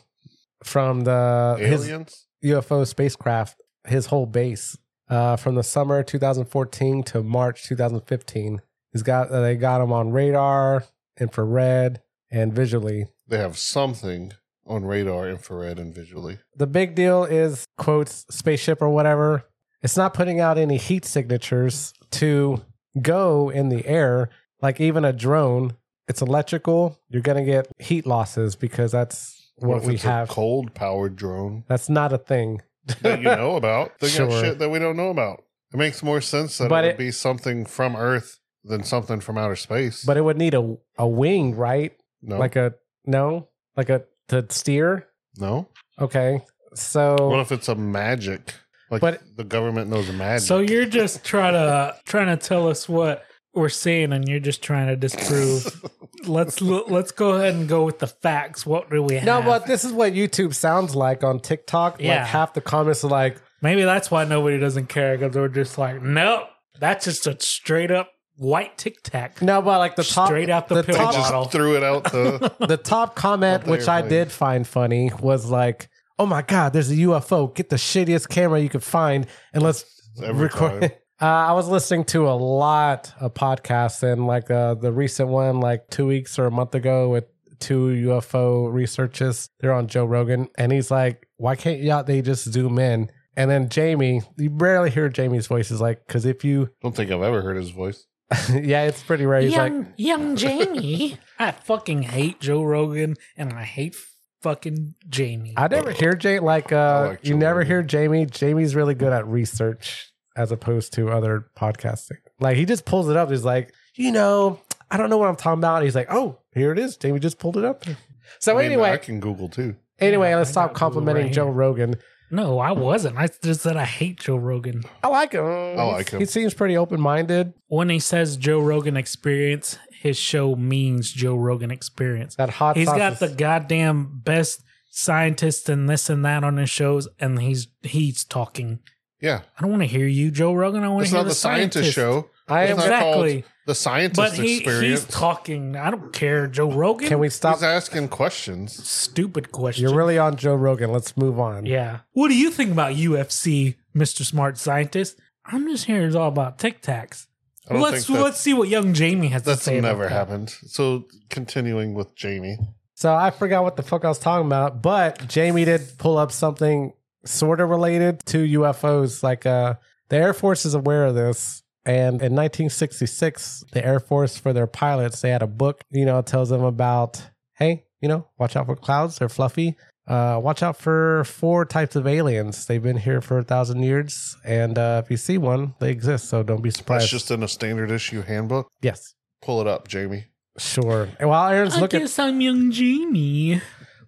F: from the uh, his
E: Aliens.
F: UFO spacecraft, his whole base. Uh, from the summer 2014 to March 2015, he's got uh, they got him on radar, infrared, and visually.
E: They have something on radar, infrared, and visually.
F: The big deal is quotes spaceship or whatever. It's not putting out any heat signatures to go in the air, like even a drone. It's electrical. You're gonna get heat losses because that's what,
E: if
F: we
E: it's
F: have.
E: A cold-powered drone
F: That's not a thing.
E: that you know about. They
F: Sure.
E: got shit that we don't know about. It makes more sense that
F: But
E: it would
F: it-
E: be something from Earth than something from outer space.
F: But it would need a a wing, right?
E: no,
F: Like a no, like a to steer.
E: no.
F: Okay, so
E: What if it's a magic? Like
F: But-
E: the government knows magic.
A: So you're just trying to trying to tell us what we're seeing, and you're just trying to disprove. let's l- let's go ahead and go with the facts. What do we have?
F: no, but this is what YouTube sounds like on TikTok.
A: Yeah.
F: Like half the comments are like,
A: maybe that's why nobody doesn't care because they're just like, nope, that's just a straight up white tic tac.
F: no, but like the top
A: Straight out the pill
E: they
F: top,
E: just
A: bottle.
E: threw it out the
F: the top comment,
E: Out the
F: which I
E: airplane.
F: did find funny, was like, "Oh my god, there's a UFO! Get the shittiest camera you could find and let's
E: every
F: record."
E: time.
F: Uh, I was listening to a lot of podcasts, and like uh, the recent one, like two weeks or a month ago, with two UFO researchers. They're on Joe Rogan, and he's like, "Why can't y'all they just zoom in?" And then Jamie, you barely hear Jamie's voice. Is like, because if you,
E: Don't think I've ever heard his voice.
F: yeah, it's pretty rare. He's
A: young
F: like,
A: young Jamie. I fucking hate Joe Rogan, and I hate fucking Jamie.
F: I never hear Jay like uh
E: I like
F: you
E: Joe
F: never
E: Rogan.
F: hear Jamie. Jamie's really good at research as opposed to other podcasting. Like he just pulls it up. He's like, you know, I don't know what I'm talking about. he's like, oh, here it is. Jamie just pulled it up. So
E: I mean, I
F: anyway,
E: can Google too.
F: anyway,
A: Yeah,
F: let's
A: I
F: stop
A: got Google
F: complimenting
A: right
F: Joe
A: here.
F: Rogan.
A: No, I wasn't. I just said I hate Joe Rogan.
F: I like him.
E: I like him.
F: He seems pretty open minded.
A: When he says Joe Rogan experience, his show means Joe Rogan experience.
F: That hot
A: He's
F: sauce
A: got
F: is-
A: the goddamn best scientists and this and that on his shows, and he's he's talking.
E: Yeah.
A: I don't want to hear you, Joe Rogan. I want
E: It's
A: to hear
E: not
A: the,
E: the, scientist, show.
F: I
E: It's
F: am.
E: not called
A: Exactly.
E: the scientist
A: But he,
E: experience.
A: he's talking. I don't care, Joe Rogan.
F: Can we stop?
E: He's asking questions.
A: Stupid question.
F: You're really on Joe Rogan. Let's move on.
A: Yeah. What do you think about UFC, Mr. Smart Scientist? I'm just hearing it's all about Tic Tacs.
E: I don't
A: Let's
E: think that-
A: let's see what young Jamie has to
E: That's
A: say. about
E: never
A: that.
E: happened. So continuing with Jamie.
F: So I forgot what the fuck I was talking about, but Jamie did pull up something sort of related to UFOs. Like uh, the Air Force is aware of this. And in 1966, the Air Force, for their pilots, they had a book, you know, it tells them about, hey, you know, watch out for clouds, they're fluffy. Uh, watch out for four types of aliens. They've been here for a thousand years. And uh, if you see one, they exist. So don't be
E: That's
F: surprised.
E: just in a standard issue handbook.
F: yes,
E: Pull it up, Jamie.
F: sure. And while Aaron's
A: I
F: looking.
A: guess I'm young Jamie.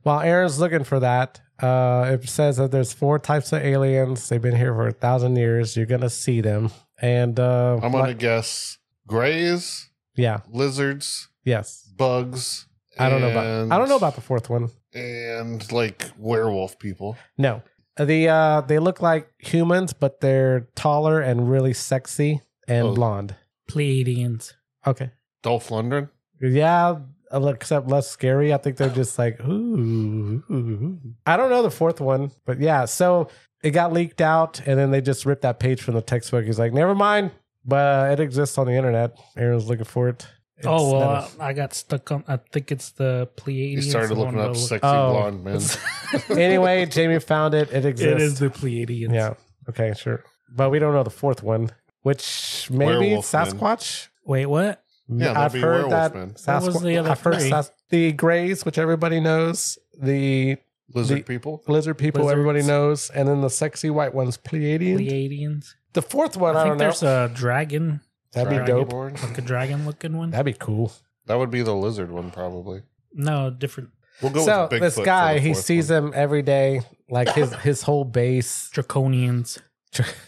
F: While Aaron's looking for that, uh, it says that there's four types of aliens. They've been here for a thousand years. You're gonna see them, and uh,
E: I'm
F: like-
E: gonna guess grays,
F: yeah,
E: lizards,
F: yes.
E: bugs.
F: I don't know
E: and-
F: about I don't know about the fourth one.
E: and like werewolf people.
F: No, the uh, they look like humans, but they're taller and really sexy and
E: Oh.
F: blonde.
A: Pleiadians.
F: Okay,
E: Dolph Lundgren.
F: yeah, except less scary. I think they're just like ooh, ooh, ooh. I don't know the fourth one, but yeah. So it got leaked out, and then they just ripped that page from the textbook. He's like, never mind. But it exists on the internet. Aaron's looking for it. It's
A: oh well,
F: not
A: I, I got stuck on. I think it's the Pleiadians.
E: He started
A: one
E: looking
A: of
E: up
A: those.
E: sexy
F: Oh.
E: blonde men.
F: a- anyway, Jamie found it. It exists.
A: uh, It is the Pleiadians.
F: yeah. Okay. Sure. But we don't know the fourth one, which maybe
E: Werewolf men.
F: Sasquatch.
A: Wait, what?
E: Yeah, that'd
F: I've
E: be
F: heard
E: werewolf
F: that.
E: men.
A: What was the other
F: I've heard
A: three?
F: Sas- the Greys, which everybody knows. The
E: Lizard
F: The-
E: people.
F: lizard people
A: Lizards.
F: everybody knows, and then the sexy white ones, Pleiadian.
A: Pleiadians.
F: The fourth one,
A: I
F: I,
A: think
F: don't know.
A: there's a dragon,
F: That'd be dope.
E: Dragonborn.
A: like a dragon looking one.
F: That'd be cool.
E: That would be the lizard one probably.
A: No, different.
E: We'll go
F: So
E: with Bigfoot.
F: this
E: for the
F: guy, he
E: fourth
F: sees
E: one.
F: them every day, like his his whole base.
A: Draconians.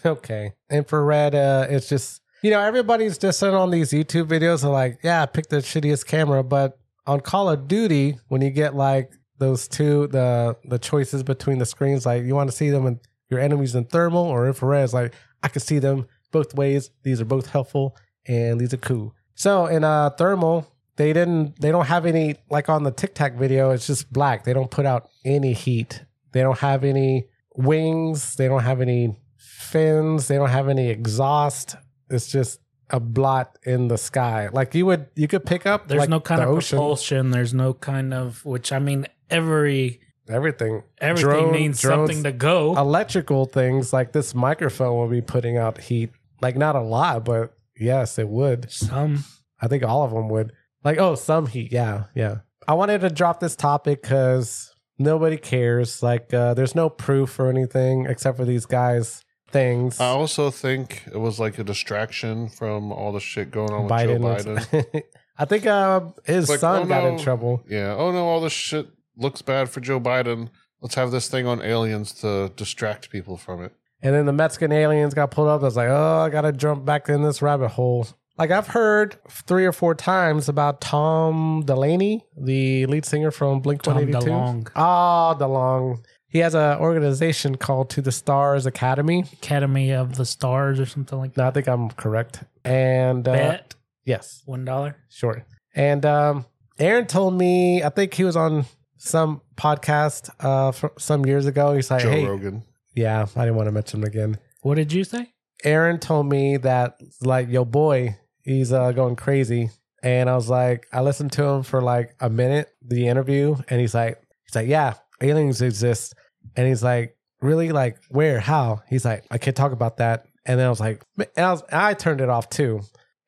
F: okay, infrared. Uh, it's just you know everybody's just in on these YouTube videos and like, yeah, pick the shittiest camera. But on Call of Duty, when you get like those two, the the choices between the screens, like you want to see them in your enemies in thermal or infrared. It's like I can see them both ways. These are both helpful and these are cool. So in uh thermal, they didn't they don't have any like on the Tic Tac video, it's just black. They don't put out any heat. They don't have any wings, they don't have any fins, they don't have any exhaust. It's just a blot in the sky. Like you would you could pick up
A: There's
F: like,
A: no kind
F: the
A: of
F: ocean,
A: propulsion. There's no kind of which. I mean, every
F: everything.
A: everything
F: Drone-
A: means
F: drones,
A: something to go.
E: Oh.
F: electrical things like this microphone will be putting out heat. Like not a lot, but yes, it would.
A: Some.
F: I think all of them would. Like, oh, some heat. Yeah, yeah. I wanted to drop this topic because nobody cares. Like, uh, there's no proof or anything except for these guys' things.
E: I also think it was like a distraction from all the shit going on with Joe Biden.
F: was- I think uh, his
E: Like,
F: son
E: oh,
F: got in
E: no.
F: trouble.
E: Yeah. Oh no, all this shit looks bad for Joe Biden. Let's have this thing on aliens to distract people from it.
F: And then the Mexican aliens got pulled up. I was like, oh, I got to jump back in this rabbit hole. Like, I've heard three or four times about Tom Delaney, the lead singer from Blink
A: Tom
F: 182.
A: DeLonge.
F: Ah, DeLong. He has an organization called To the Stars Academy.
A: Academy of the Stars or something like that.
F: No, I think I'm correct. And uh,
A: Bet
F: yes,
A: one dollar.
F: sure. And um, Aaron told me, I think he was on some podcast uh, fr- some years ago. He's like,
E: Joe
F: hey,
E: Rogan.
F: yeah, I didn't want to mention him again.
A: What did you say?
F: Aaron told me that like yo boy, he's uh, going crazy, and I was like, I listened to him for like a minute the interview, and he's like, he's like, yeah, aliens exist, and he's like, really, like where, how? He's like, I can't talk about that, and then I was like, and I, was, I turned it off too,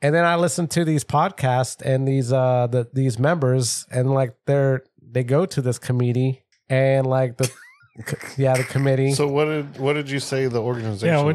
F: and then I listened to these podcasts and these uh the these members, and like they're they go to this committee and like the yeah the committee
E: So what did what did you say the organization? was called?
A: What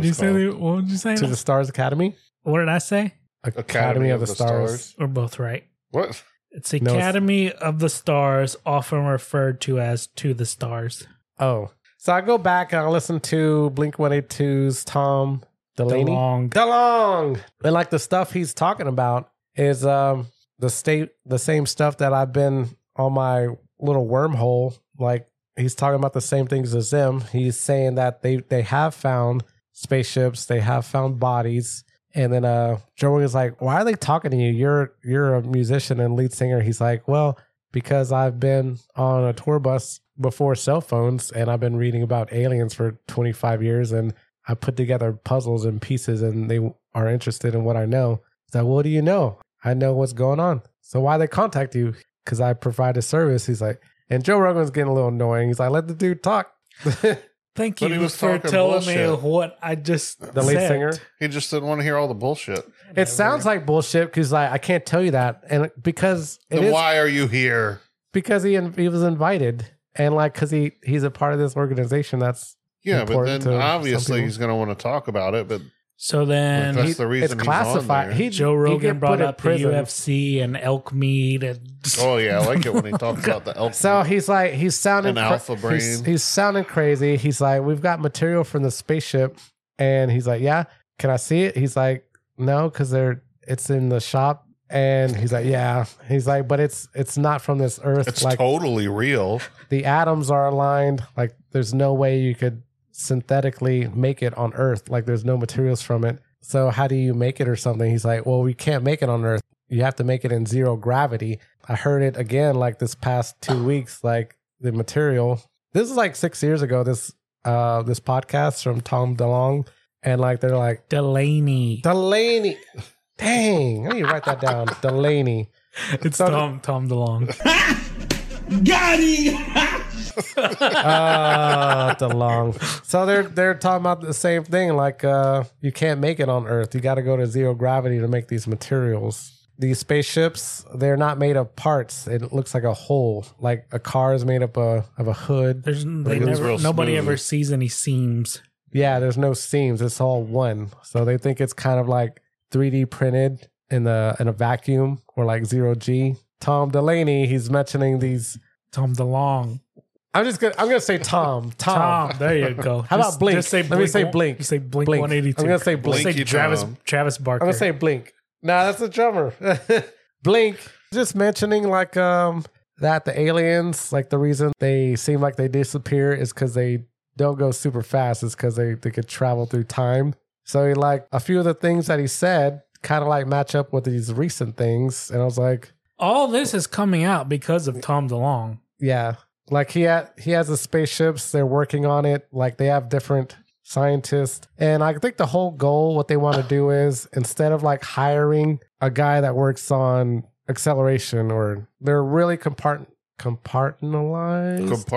A: did you say?
F: to the Stars Academy.
A: what did I say?
F: Academy, of, the, stars.
A: We're both right.
E: What?
A: It's
F: No, it's-
A: Academy of the Stars, often referred to as To the Stars.
F: Oh, So I go back and I listen to Blink 182's Tom Delaney.
A: DeLonge.
F: DeLong. And like the stuff he's talking about is um the state the same stuff that I've been on my little wormhole. Like he's talking about the same things as them. He's saying that they they have found spaceships, they have found bodies. And then uh Joey is like, Why are they talking to you? You're you're a musician and lead singer. He's like, Well, because I've been on a tour bus before cell phones and I've been reading about aliens for 25 years and I put together puzzles and pieces and they are interested in what I know. It's like, what do you know? I know what's going on. So why they contact you? Because I provide a service. He's like, and Joe Rogan's getting a little annoying. He's like, let the dude talk. the
A: Thank
E: But he
A: you
E: was
A: for
E: talking
A: telling
E: bullshit.
A: me what I just
F: lead
A: said.
F: singer.
E: He just didn't want to hear all the bullshit.
F: It sounds like bullshit because like, I can't tell you that. And because it
E: Then
F: is
E: why are you here?
F: because he, he was invited and like because he, he's a part of this organization that's
E: Yeah, but
F: Important
E: then
F: to some
E: obviously
F: people.
E: he's going to want to talk about it. But
A: So then
E: That's
F: he-
E: the reason
F: it's
E: he's on
F: classified.
E: there.
F: He,
A: Joe
F: he
A: Rogan
F: get
A: brought
F: put in
A: up the
F: prison.
A: UFC and elk meat and
E: oh yeah, I like it when he talks about the elk.
F: So he's like, he's sounding
E: Oh. An alpha brain.
F: He's, he's sounding crazy. He's like, we've got material from the spaceship, and he's like, yeah, can I see it? He's like, no, because they're it's in the shop, and he's like, yeah, he's like, but it's it's not from this Earth.
E: it's
F: like
E: totally real.
F: the atoms are aligned. Like there's no way you could synthetically make it on Earth. Like there's no materials from it. So how do you make it or something? He's like, well, we can't make it on Earth. You have to make it in zero gravity. I heard it again like this past two weeks. Like the material. This is like six years ago. This uh this podcast from Tom DeLong and like they're like
A: Delaney.
F: Delaney. Dang, I need to write that down. Delaney.
A: It's Tom
F: Tom-
A: Tom DeLonge.
G: Got him!
F: uh, the long. So they're they're talking about the same thing. Like uh, you can't make it on Earth. You got to go to zero gravity to make these materials. These spaceships, they're not made of parts. It looks like a whole. Like a car is made up of, of a hood.
A: There's they
E: It was
A: never
E: real
A: nobody
E: smooth.
A: ever sees any seams.
F: Yeah, there's no seams. It's all one. So they think it's kind of like 3D printed in the in a vacuum or like zero G. Tom Delaney, he's mentioning these.
A: Tom DeLong.
F: I'm just gonna I'm gonna say Tom. Tom.
A: Tom, there you go.
F: How about Blink?
A: Just say
F: Let me say
A: one-
F: Blink.
A: Just say Blink,
F: Blink.
A: 182.
F: I'm gonna say
A: Just
E: Blinky
A: say Travis
E: Tom.
A: Travis Barker.
F: I'm gonna say Blink. Nah, that's a drummer. Blink. Just mentioning like um that the aliens, like the reason they seem like they disappear is because they don't go super fast, is because they, they could travel through time. So he like a few of the things that he said kind of like match up with these recent things. And I was like,
A: all this is coming out because of Tom DeLong.
F: yeah. Like he had he has the spaceships, they're working on it, like they have different scientists. And I think the whole goal, what they want to do is instead of like hiring a guy that works on acceleration or they're really compart compartmentalized.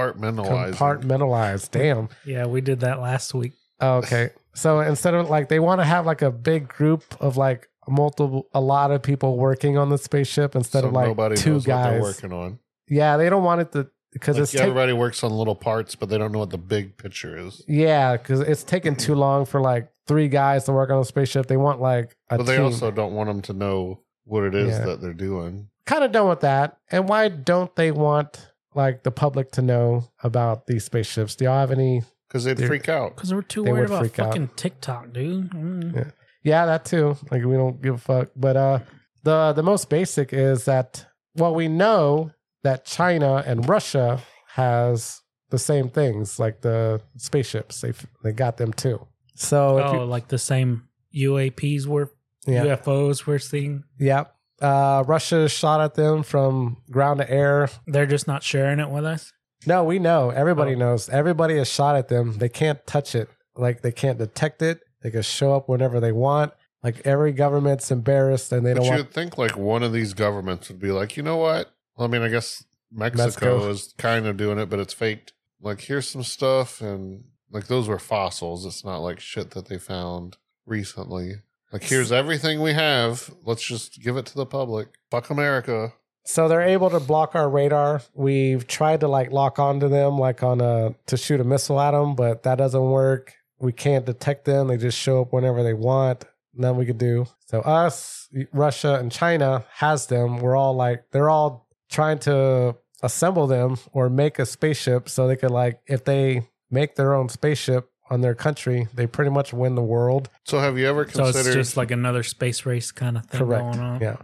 E: Compartmentalized.
F: Compartmentalized. Damn.
A: Yeah, we did that last week.
F: Okay. So instead of like they want to have like a big group of like multiple a lot of people working on the spaceship instead
E: so
F: of like
E: nobody
F: two
E: knows what they're
F: guys.
E: working on.
F: Yeah, they don't want it to because
E: Like,
F: it's
E: yeah,
F: ta-
E: everybody works on little parts, but they don't know what the big picture is.
F: Yeah, because it's taking too long for like three guys to work on a spaceship. They want like a
E: But they
F: team.
E: also don't want them to know what it is
F: Yeah.
E: that they're doing.
F: kind of done with that. And why don't they want like the public to know about these spaceships? Do y'all have any?
E: Because they'd
F: They're-
E: freak out.
A: Because we're too
F: They
A: worried
F: would
A: about
F: freak out.
A: fucking TikTok, dude. Mm.
F: Yeah. Yeah, that too. Like we don't give a fuck. But uh, the the most basic is that well, we know that China and Russia has the same things, like the spaceships. They they got them too. So if
A: Oh, like the same UAPs were
F: you- yeah.
A: UFOs we're seeing.
F: Yep. Uh, Russia shot at them from ground to air.
A: They're just not sharing it with us.
F: No, we know. Everybody
A: Oh.
F: knows. Everybody has shot at them. They can't touch it. Like they can't detect it. They can show up whenever they want. Like every government's embarrassed and they
E: But
F: don't
E: you
F: want.
E: would think like one of these governments would be like, you know what? I mean, I guess Mexico,
F: Mexico.
E: is kind of doing it, but it's faked. Like, here's some stuff, and like those were fossils. It's not like shit that they found recently. Like, here's everything we have. Let's just give it to the public. Fuck America.
F: So they're able to block our radar. We've tried to like lock onto them, like on a to shoot a missile at them, but that doesn't work. We can't detect them. They just show up whenever they want. None we could do. So us, Russia, and China has them. We're all like they're all trying to assemble them or make a spaceship so they could like if they make their own spaceship on their country, they pretty much win the world.
E: So have you ever
A: So
E: considered
A: it's just like another space race kind of thing
F: Correct.
A: going on.
F: Yeah.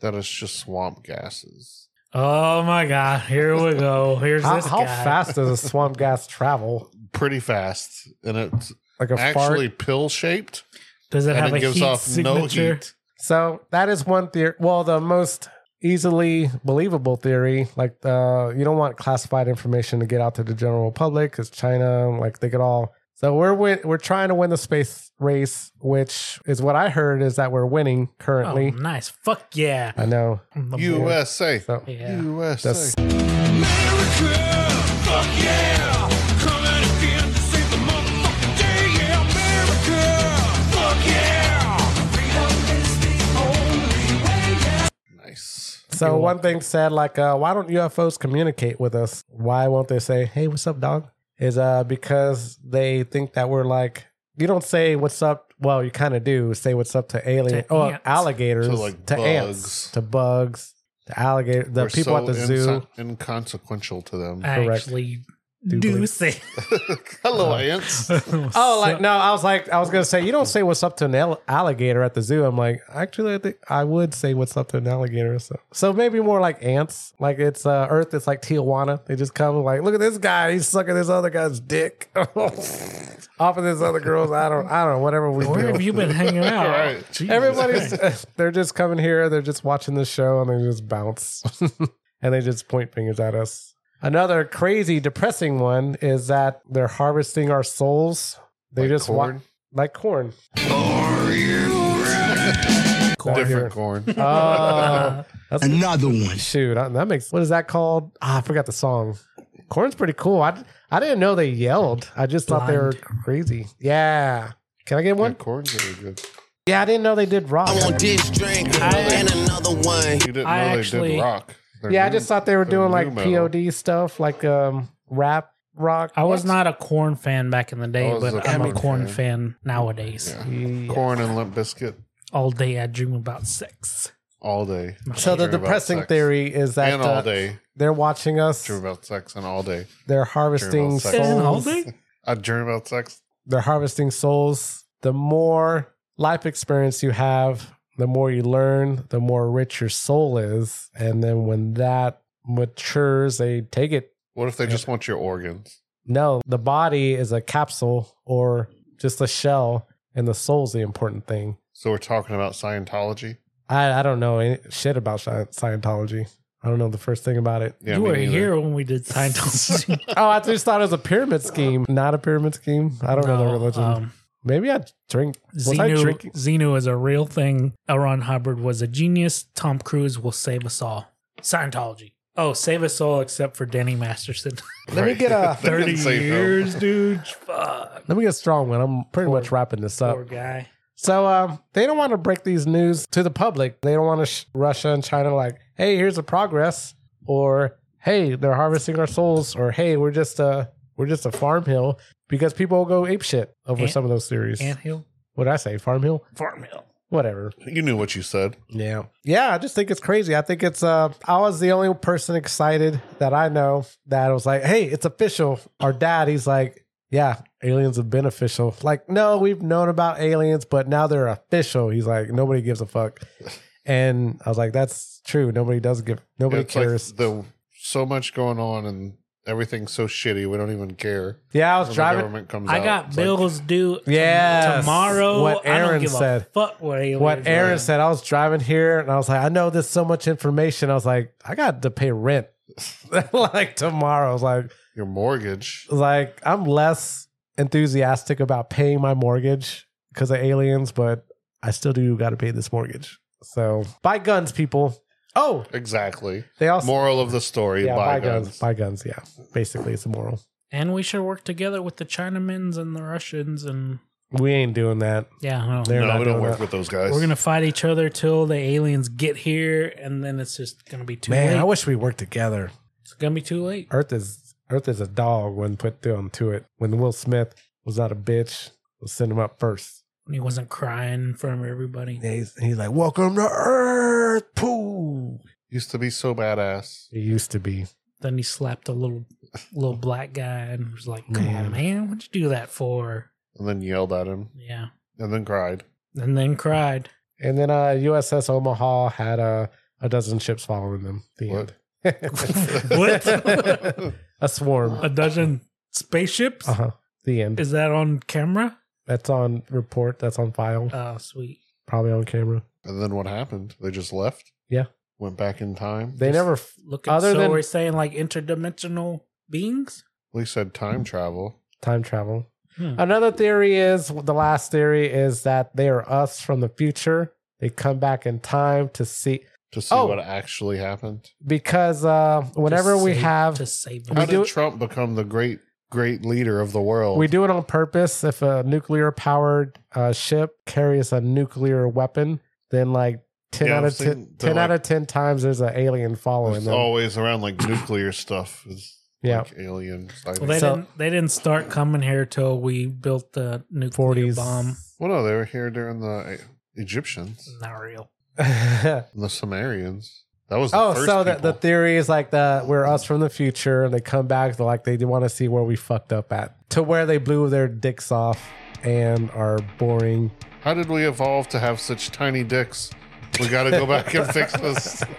E: that it's just swamp gases?
A: Oh my god, here we go. Here's
F: How,
A: this
F: how
A: guy.
F: fast does a swamp gas travel?
E: Pretty fast, and it's
F: Like a
E: actually
F: fart.
E: pill shaped,
A: does it have
E: and
A: a
E: it gives
A: heat
E: off
A: signature? Oh,
E: no heat.
F: So that is one theory. Well, the most easily believable theory, like uh, you don't want classified information to get out to the general public because China, like they could all. So we're win- we're trying to win the space race, which is what I heard is that we're winning
A: Oh,
F: currently.
A: nice. Fuck yeah.
F: I know.
A: I'm the
E: uh,
A: boy.
E: USA,
F: So
A: Yeah.
E: USA.
F: that's
E: Nice.
F: So one thing said, like, uh, why don't UFOs communicate with us? Why won't they say, "Hey, what's up, dog?" Is uh because they think that we're like you don't say what's up. Well, you kind of do say what's up to alien
A: To
F: oh
A: ants.
F: alligators
E: To,
F: to,
E: like, bugs.
F: ants to bugs to alligator the
E: We're
F: people at the
E: so
F: zoo.
E: inco- inconsequential to them.
A: I
F: Correct.
A: actually
F: Do
A: do,
F: believe-
A: say.
E: Hello, ants.
F: Oh, like no, I was like I was gonna say you don't say what's up to an al- alligator at the zoo. I'm like actually I think I would say what's up to an alligator. So so maybe more like ants. Like it's uh, Earth. It's like Tijuana. They just come like look at this guy. He's sucking this other guy's dick off of this other girl's. I don't I don't know whatever we
A: Where
F: do.
A: have you been hanging out?
E: Right.
A: Jesus Christ.
F: Everybody's they're just coming here. They're just watching the show and they just bounce and they just point fingers at us. Another crazy, depressing one is that they're harvesting our souls. They
E: Like
F: just want
E: corn?
F: like corn. Corn
E: Different corn.
F: Oh,
G: Another one.
F: shoot, I- that makes what is that called? Ah, I forgot the song. Corn's pretty cool. I I didn't know they yelled. I just thought they were crazy. Yeah. Can I get
E: Yeah,
F: one?
E: corn's really good.
F: Yeah, I didn't know they did rock.
G: this drink
A: and
G: another one.
E: You didn't
A: I
E: know they
A: actually-
E: did rock. They're
F: Yeah, I
E: new-
F: just thought they were
E: they're
F: doing
E: new
F: like
E: metal.
F: POD stuff, like um rap rock.
A: I was
F: What?
A: not a corn fan back in the
E: I
A: day,
E: was
A: but
E: a
A: I'm a
E: corn
A: corn
E: fan.
A: fan nowadays.
E: Yeah.
F: Yeah.
E: Corn and Limp Biscuit
A: All day I dream about sex.
E: all day.
F: So the
E: Dream about
F: depressing
E: sex.
F: theory is that
E: and all
F: uh,
E: day.
F: they're watching us.
E: Dream about sex and all day.
F: They're harvesting
E: about sex.
F: souls.
E: And
A: all day?
E: I dream about sex.
F: They're harvesting souls. The more life experience you have, the more you learn, the more rich your soul is, and then when that matures, they take it
E: What if they just want your organs?
F: No, the body is a capsule or just a shell, and the soul's the important thing.
E: So we're talking about Scientology.
F: I, I don't know any shit about Sci- Scientology. I don't know the first thing about it.
E: Yeah,
A: you
E: me
A: were
E: neither.
A: here when we did Scientology.
F: Oh, I just thought it was a pyramid scheme, not a pyramid scheme. I don't know the
A: No,
F: religion.
A: um,
F: Maybe I drink. Was I
A: Xenu,
F: drinking?
A: Xenu is a real thing. Elron Hubbard was a genius. Tom Cruise will save us all. Scientology. Oh, save us all except for Danny Masterson.
F: Let me get a
E: They
A: 30
E: didn't say no.
A: years, dude. Fuck.
F: Let me get a strong one. I'm pretty
A: Poor-
F: much wrapping this up.
A: Poor guy.
F: So um, they don't want to break these news to the public. They don't want to sh- Russia and China like, hey, here's a progress, or hey, they're harvesting our souls, or hey, we're just a we're just a farm hill because people will go ape shit over
A: Ant-
F: some of those theories.
A: Ant Hill.
F: What I say, farm hill,
A: Farm Hill.
F: whatever.
E: You knew what you said.
F: Yeah, yeah. I just think it's crazy. I think it's uh, I was the only person excited that I know that was like, hey, it's official. Our dad, he's like. Yeah, aliens have been official. Like, no, we've known about aliens, but now they're official. He's like, nobody gives a fuck. And I was like, that's true. Nobody does give. Nobody
E: It's like
F: cares.
E: the so much going on and everything's so shitty. We don't even care.
F: yeah, I was
E: When The
F: driving.
E: government comes
A: I
E: out,
A: got
E: it's like,
A: bills due tom-
F: Yes.
A: tomorrow.
F: What
A: I
F: Aaron
A: don't give
F: said.
A: A fuck what aliens
F: What Aaron
A: are.
F: said, I was driving here, and I was like, I know there's so much information. I was like, I got to pay rent like tomorrow. I was like,
E: your mortgage.
F: like I'm less enthusiastic about paying my mortgage because of aliens, but I still do got to pay this mortgage. So buy guns, people. Oh,
E: Exactly.
F: they also
E: Moral of the story:
F: yeah,
E: buy,
F: buy guns.
E: guns.
F: buy guns. Yeah, basically, it's immoral.
A: And we should work together with the Chinamans and the Russians and
F: We ain't doing that.
A: yeah, no.
F: They're
E: no,
F: not
E: we don't
F: doing
E: work
F: that.
E: with those guys.
A: We're gonna fight each other till the aliens get here, and then it's just gonna be too
F: Man,
A: late.
F: I wish we worked together.
A: it's gonna be too late.
F: Earth is Earth is a dog when put down to it. When Will Smith was not a bitch, we'll send him up first.
A: He wasn't crying in front of everybody.
F: And he's, he's like, "Welcome to Earth." Pooh.
E: Used to be so badass.
F: He used to be.
A: Then he slapped a little little black guy and was like, "Come
E: Man.
A: on, man, what'd you do that for?"
E: and then yelled at him
A: Yeah,
E: and then cried.
A: and then cried.
F: And then uh, USS Omaha had uh, a dozen ships following them. The
E: What?
F: end.
A: What?
F: a swarm.
A: A dozen spaceships.
F: Uh huh. The end.
A: Is that on camera?
F: That's on report. That's on file.
A: Oh, sweet.
F: Probably on camera.
E: And then what happened? They just left?
F: Yeah.
E: Went back in time?
F: They never. F-
A: Look at
F: Other
A: so
F: than-
A: we're saying like interdimensional beings.
E: At least said time travel.
F: time travel.
A: Hmm.
F: Another theory is the last theory is that they are us from the future. They come back in time to see
E: to see
F: Oh.
E: what actually happened.
F: because uh, whenever
A: To
F: we
A: save-
F: have
A: to save
E: How
A: them.
E: did
F: do-
E: Trump become the great, great leader of the world?
F: We do it on purpose. If a nuclear powered uh, ship carries a nuclear weapon, then like 10
E: Yeah,
F: out
E: I've
F: of 10,
E: seen-
F: 10
E: they're
F: out of 10 times there's an alien following
E: It's
F: them.
E: always around like nuclear stuff. It's
F: Yeah.
E: like alien.
A: Well, they
E: sightings.
F: So-
A: didn't. They didn't start coming here till we built the nuclear
F: 40s.
A: bomb.
E: well, no, they were here during the eh, Egyptians
A: Not real.
E: and the Sumerians. That was the
F: oh,
E: first
F: so the,
E: people.
F: the theory is like that we're us from the future and they come back they're like they want to see where we fucked up at to where they blew their dicks off and are boring.
E: How did we evolve to have such tiny dicks? We got to go back and fix this.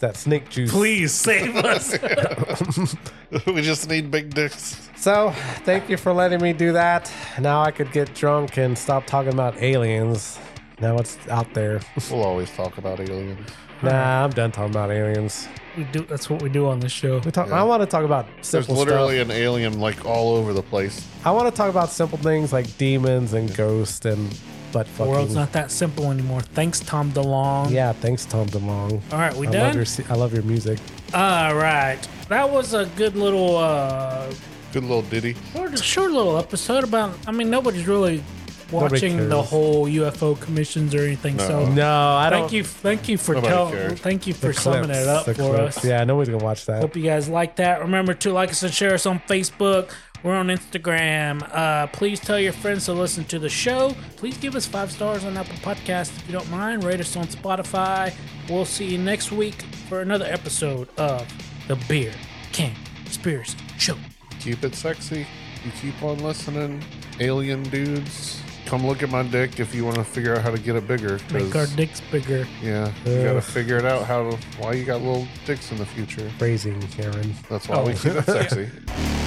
F: That snake juice.
A: Please save us.
E: we just need big dicks.
F: So, thank you for letting me do that. Now I could get drunk and stop talking about aliens. Now it's out there.
E: We'll always talk about aliens.
F: Nah, I'm done talking about aliens.
A: we do. That's what we do on this show.
F: We talk.
E: Yeah.
F: I want to talk about
E: There's
F: simple
E: literally
F: stuff.
E: an alien like all over the place.
F: I want to talk about simple things like demons and ghosts and butt
A: The
F: fucking.
A: world's not that simple anymore. Thanks, Tom DeLong.
F: yeah, thanks Tom DeLong.
A: All right, we
F: I love
A: done.
F: your se- I love your music.
A: All right. That was a good little, uh,
E: Good little ditty.
A: short, short little episode about. I mean, nobody's really
F: Nobody
A: watching the
F: cares.
A: whole UFO commissions or anything. So
F: No, I don't.
A: thank you, thank you for
E: Nobody
A: telling,
E: cares.
A: thank you for
F: The
A: summing
F: clips,
A: it up
F: the
A: for
F: clips.
A: us.
F: Yeah, nobody's gonna watch that.
A: Hope you guys like that. Remember to like us and share us on Facebook. We're on Instagram. Uh, please tell your friends to listen to the show. Please give us five stars on Apple Podcasts if you don't mind. Rate us on Spotify. We'll see you next week for another episode of the Beer King Conspiracy Show.
E: keep it sexy. You keep on listening, alien dudes. Come look at my dick if you want to figure out how to get it bigger. 'cause,
A: Make our dicks bigger.
E: yeah, you gotta figure it out how to why you got little dicks in the future.
F: Phrasing, Karen.
E: That's why we keep it sexy.